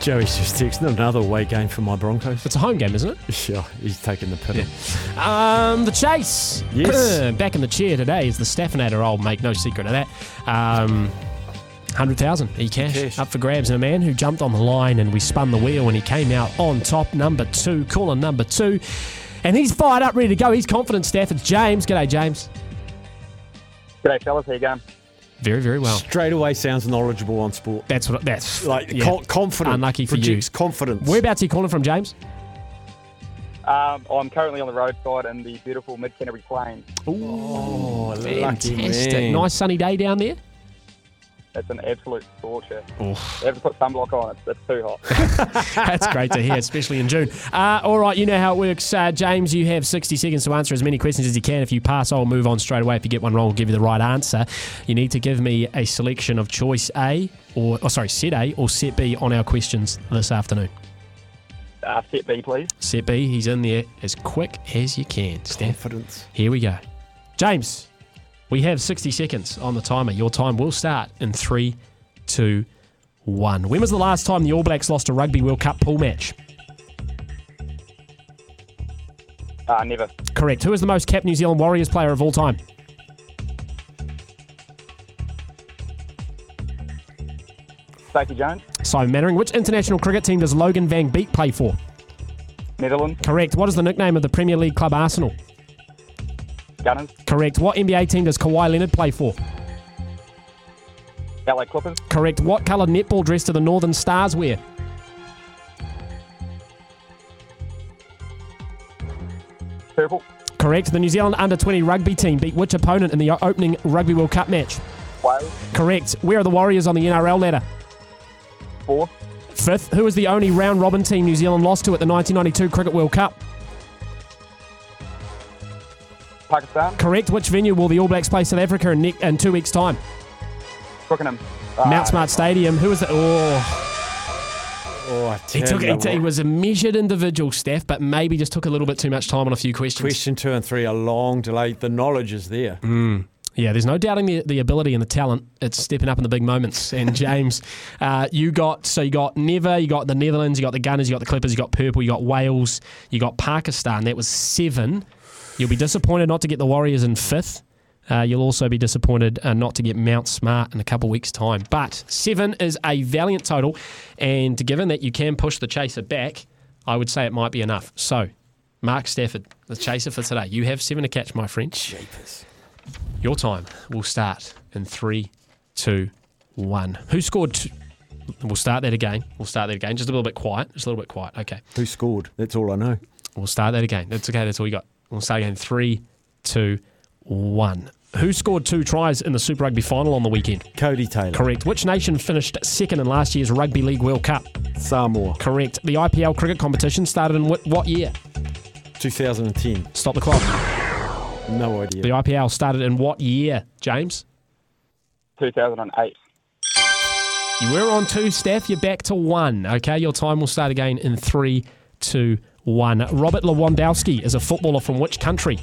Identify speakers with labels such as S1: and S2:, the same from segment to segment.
S1: Joey Six, not another away game for my Broncos.
S2: It's a home game, isn't
S1: Yeah, he's taking the pin.
S2: it? Um, the chase.
S1: Yes.
S2: Back in the chair today is the Staffinator. I'll make no secret of that. Um, 100,000 e-cash,
S1: Cash.
S2: up for grabs and a man who jumped on the line and we spun the wheel and he came out on top, number two, caller number two. And he's fired up, ready to go. He's confident, Staff. It's James. G'day, James.
S3: G'day, fellas. How you going?
S2: Very, very well.
S1: Straight away sounds knowledgeable on sport.
S2: That's what. That's
S1: Like
S2: yeah.
S1: con- confident.
S2: Unlucky for you.
S1: projects confidence.
S2: Whereabouts are you calling from, James?
S3: Um, I'm currently on the roadside in the beautiful Mid Canterbury Plains.
S1: oh, lucky
S2: Fantastic.
S1: man.
S2: Nice sunny day down there.
S3: It's an absolute torture. You have to put sunblock on. It's, it's too hot.
S2: That's great to hear, especially in June. Uh, all right, you know how it works. Uh, James, you have 60 seconds to answer as many questions as you can. If you pass, I'll move on straight away. If you get one wrong, I'll give you the right answer. You need to give me a selection of choice A, or oh, sorry, set A or set B on our questions this afternoon.
S3: Uh, set B, please.
S2: Set B, he's in there as quick as you can. Steph,
S1: Confidence.
S2: here we go. James, we have 60 seconds on the timer. Your time will start in three, two, one. When was the last time the All Blacks lost a Rugby World Cup pool match?
S3: Uh, never.
S2: Correct. Who is the most capped New Zealand Warriors player of all time?
S3: Stacey Jones,
S2: Simon Mannering. Which international cricket team does Logan Van Beek play for?
S3: Netherlands,
S2: Correct. What is the nickname of the Premier League club Arsenal?
S3: Gunners,
S2: Correct. What NBA team does Kawhi Leonard play for?
S3: LA Clippers,
S2: Correct. What coloured netball dress do the Northern Stars wear?
S3: Purple,
S2: Correct. The New Zealand under 20 rugby team beat which opponent in the opening Rugby World Cup match?
S3: Wales,
S2: Correct. Where are the Warriors on the NRL ladder?
S3: Four,
S2: Fifth. Who is the only round robin team New Zealand lost to at the 1992 Cricket World Cup?
S3: Pakistan,
S2: Correct. Which venue will the All Blacks play South Africa in, ne- in two weeks' time?
S3: Twickenham. Uh,
S2: Mount Smart Stadium. Who is the. Oh.
S1: Oh, I
S2: He took. He,
S1: tell
S2: t-
S1: you
S2: he
S1: what.
S2: was a measured individual, Steph, but maybe just took a little bit too much time on a few questions.
S1: Question two and three are long delayed. The knowledge is there.
S2: Mm. Yeah, there's no doubting the, the ability and the talent. It's stepping up in the big moments. And James, uh, you got so you got Never, you got the Netherlands, you got the Gunners, you got the Clippers, you got Purple, you got Wales, you got Pakistan. That was seven. You'll be disappointed not to get the Warriors in fifth. Uh, you'll also be disappointed uh, not to get Mount Smart in a couple weeks' time. But seven is a valiant total, and given that you can push the chaser back, I would say it might be enough. So, Mark Stafford, the chaser for today, you have seven to catch, my friend. Your time will start in three, two, one. Who scored? Two? We'll start that again. We'll start that again. Just a little bit quiet. Just a little bit quiet. Okay.
S1: Who scored? That's all I know.
S2: We'll start that again. That's okay. That's all you got. We'll start again. Three, two, one. Who scored two tries in the Super Rugby final on the weekend?
S1: Cody Taylor.
S2: Correct. Which nation finished second in last year's Rugby League World Cup?
S1: Samoa.
S2: Correct. The IPL cricket competition started in what, what year?
S1: 2010.
S2: Stop the clock.
S1: No idea.
S2: The IPL started in what year, James?
S3: 2008.
S2: You were on two, Steph. You're back to one. Okay, your time will start again in three, two, one. Robert Lewandowski is a footballer from which country?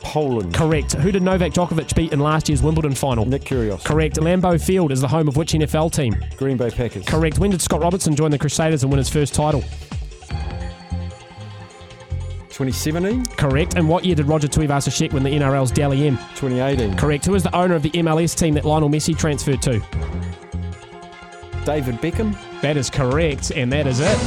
S1: Poland.
S2: Correct. Who did Novak Djokovic beat in last year's Wimbledon final?
S1: Nick Kyrgios.
S2: Correct. Lambeau Field is the home of which NFL team?
S1: Green Bay Packers.
S2: Correct. When did Scott Robertson join the Crusaders and win his first title?
S1: 2017.
S2: Correct. And what year did Roger Tuivasa-Sheck win the NRL's Dally M?
S1: 2018.
S2: Correct. Who is the owner of the MLS team that Lionel Messi transferred to?
S1: David Beckham.
S2: That is correct, and that is it.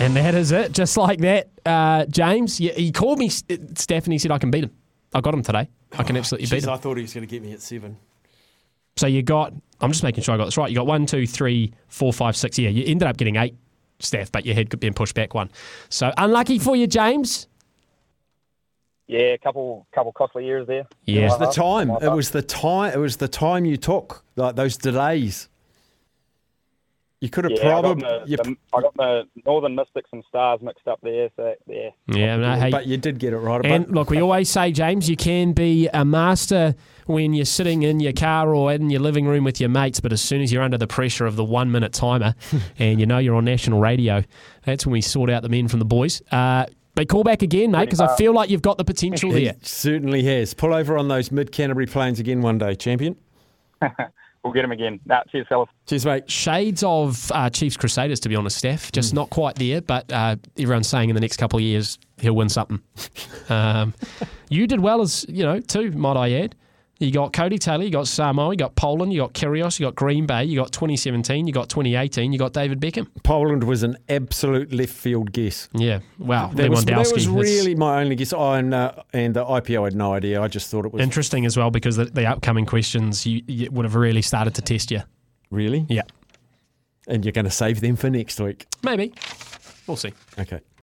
S2: And that is it, just like that. Uh, James, yeah, he called me, S- Steph, and he said, I can beat him. I got him today. I can absolutely beat him.
S1: thought he was going to get me at seven.
S2: So you got, I'm just making sure I got this right. You got one, two, three, four, five, six. Yeah, you ended up getting eight, Steph, but your head could been pushed back one. So unlucky for you, James.
S3: Yeah, couple couple costly years there.
S2: Yeah. It's
S1: The time.
S3: Well
S1: It
S3: done.
S1: was the time. It was the time you took. Like those delays. You could have
S3: Yeah, I got,
S1: probably.
S3: my,
S1: you-
S3: the, I got my Northern Mystics and Stars mixed up there. So yeah,
S2: Yeah, no, hey,
S1: but you did get it right.
S2: And
S1: But
S2: look, we always say, James, you can be a master when you're sitting in your car or in your living room with your mates, but as soon as you're under the pressure of the one minute timer and you know you're on national radio, that's when we sort out the men from the boys. Uh, but call back again, mate, because I feel like you've got the potential
S1: he
S2: there.
S1: certainly has. Pull over on those mid Canterbury plains again one day, champion.
S3: We'll get him again. Nah, cheers, fellas.
S1: Cheers, mate.
S2: Shades of uh, Chiefs Crusaders, to be honest, Steph. Just not quite there, but uh, everyone's saying in the next couple of years he'll win something. um, you did well as, you know, too, might I add. You got Cody Taylor, you got Samoa, you got Poland, you got Kyrgios, you got Green Bay, you got 2017, you got 2018, you got David Beckham.
S1: Poland was an absolute left field guess.
S2: Yeah, wow.
S1: That was, that
S2: Lewandowski.
S1: was
S2: It's
S1: really my only guess. Oh, and, uh, and the IPO, I had no idea. I just thought it was
S2: interesting as well because the, the upcoming questions you, you would have really started to test you.
S1: really.
S2: Yeah,
S1: And you're going to save them for next week.
S2: maybe. We'll see.
S1: Okay.